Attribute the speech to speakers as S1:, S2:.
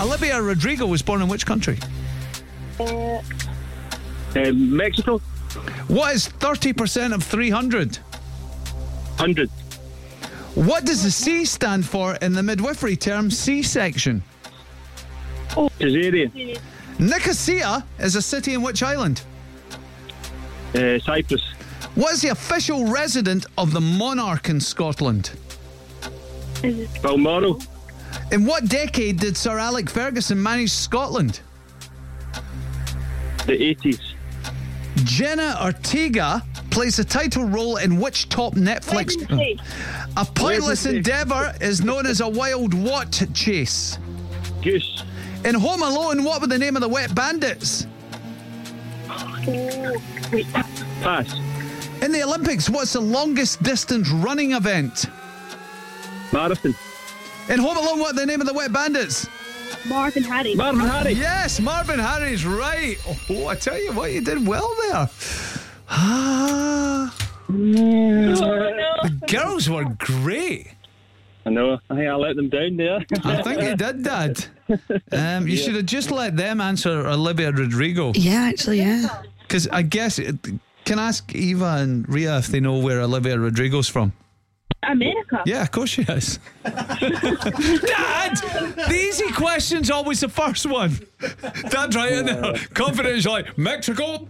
S1: Olivia Rodrigo was born in which country?
S2: Uh,
S3: Uh, Mexico,
S1: What is 30% of 300?
S3: 100.
S1: What does the C stand for in the midwifery term C section?
S3: Caesarea,
S1: Nicosia is a city in which island?
S3: uh, Cyprus,
S1: What is the official resident of the monarch in Scotland?
S3: Balmoral,
S1: In what decade did Sir Alec Ferguson manage Scotland?
S3: the 80s.
S1: Jenna Ortega plays a title role in which top Netflix?
S2: Wednesday.
S1: A pointless
S3: Wednesday.
S1: endeavour is known as a wild what chase.
S3: Goose,
S1: In Home Alone, what were the name of the wet bandits?
S2: oh, wait.
S3: pass.
S1: In the Olympics, what's the longest distance running event?
S3: Marathon,
S1: In Home Alone, what are the name of the wet bandits?
S2: Marvin Harry.
S3: Marvin Harry.
S1: Yes, Marvin Harry's right. Oh, I tell you what, you did well there. Ah, the girls were great.
S3: I know. I think I let them down there.
S1: I think you did that. Um, you should have just let them answer Olivia Rodrigo.
S4: Yeah, actually, yeah.
S1: Because I guess, can I ask Eva and Ria if they know where Olivia Rodrigo's from?
S2: America.
S1: Yeah, of course she is. Dad, the easy question's always the first one. Dad's right in there, confident, he's like, Mexico.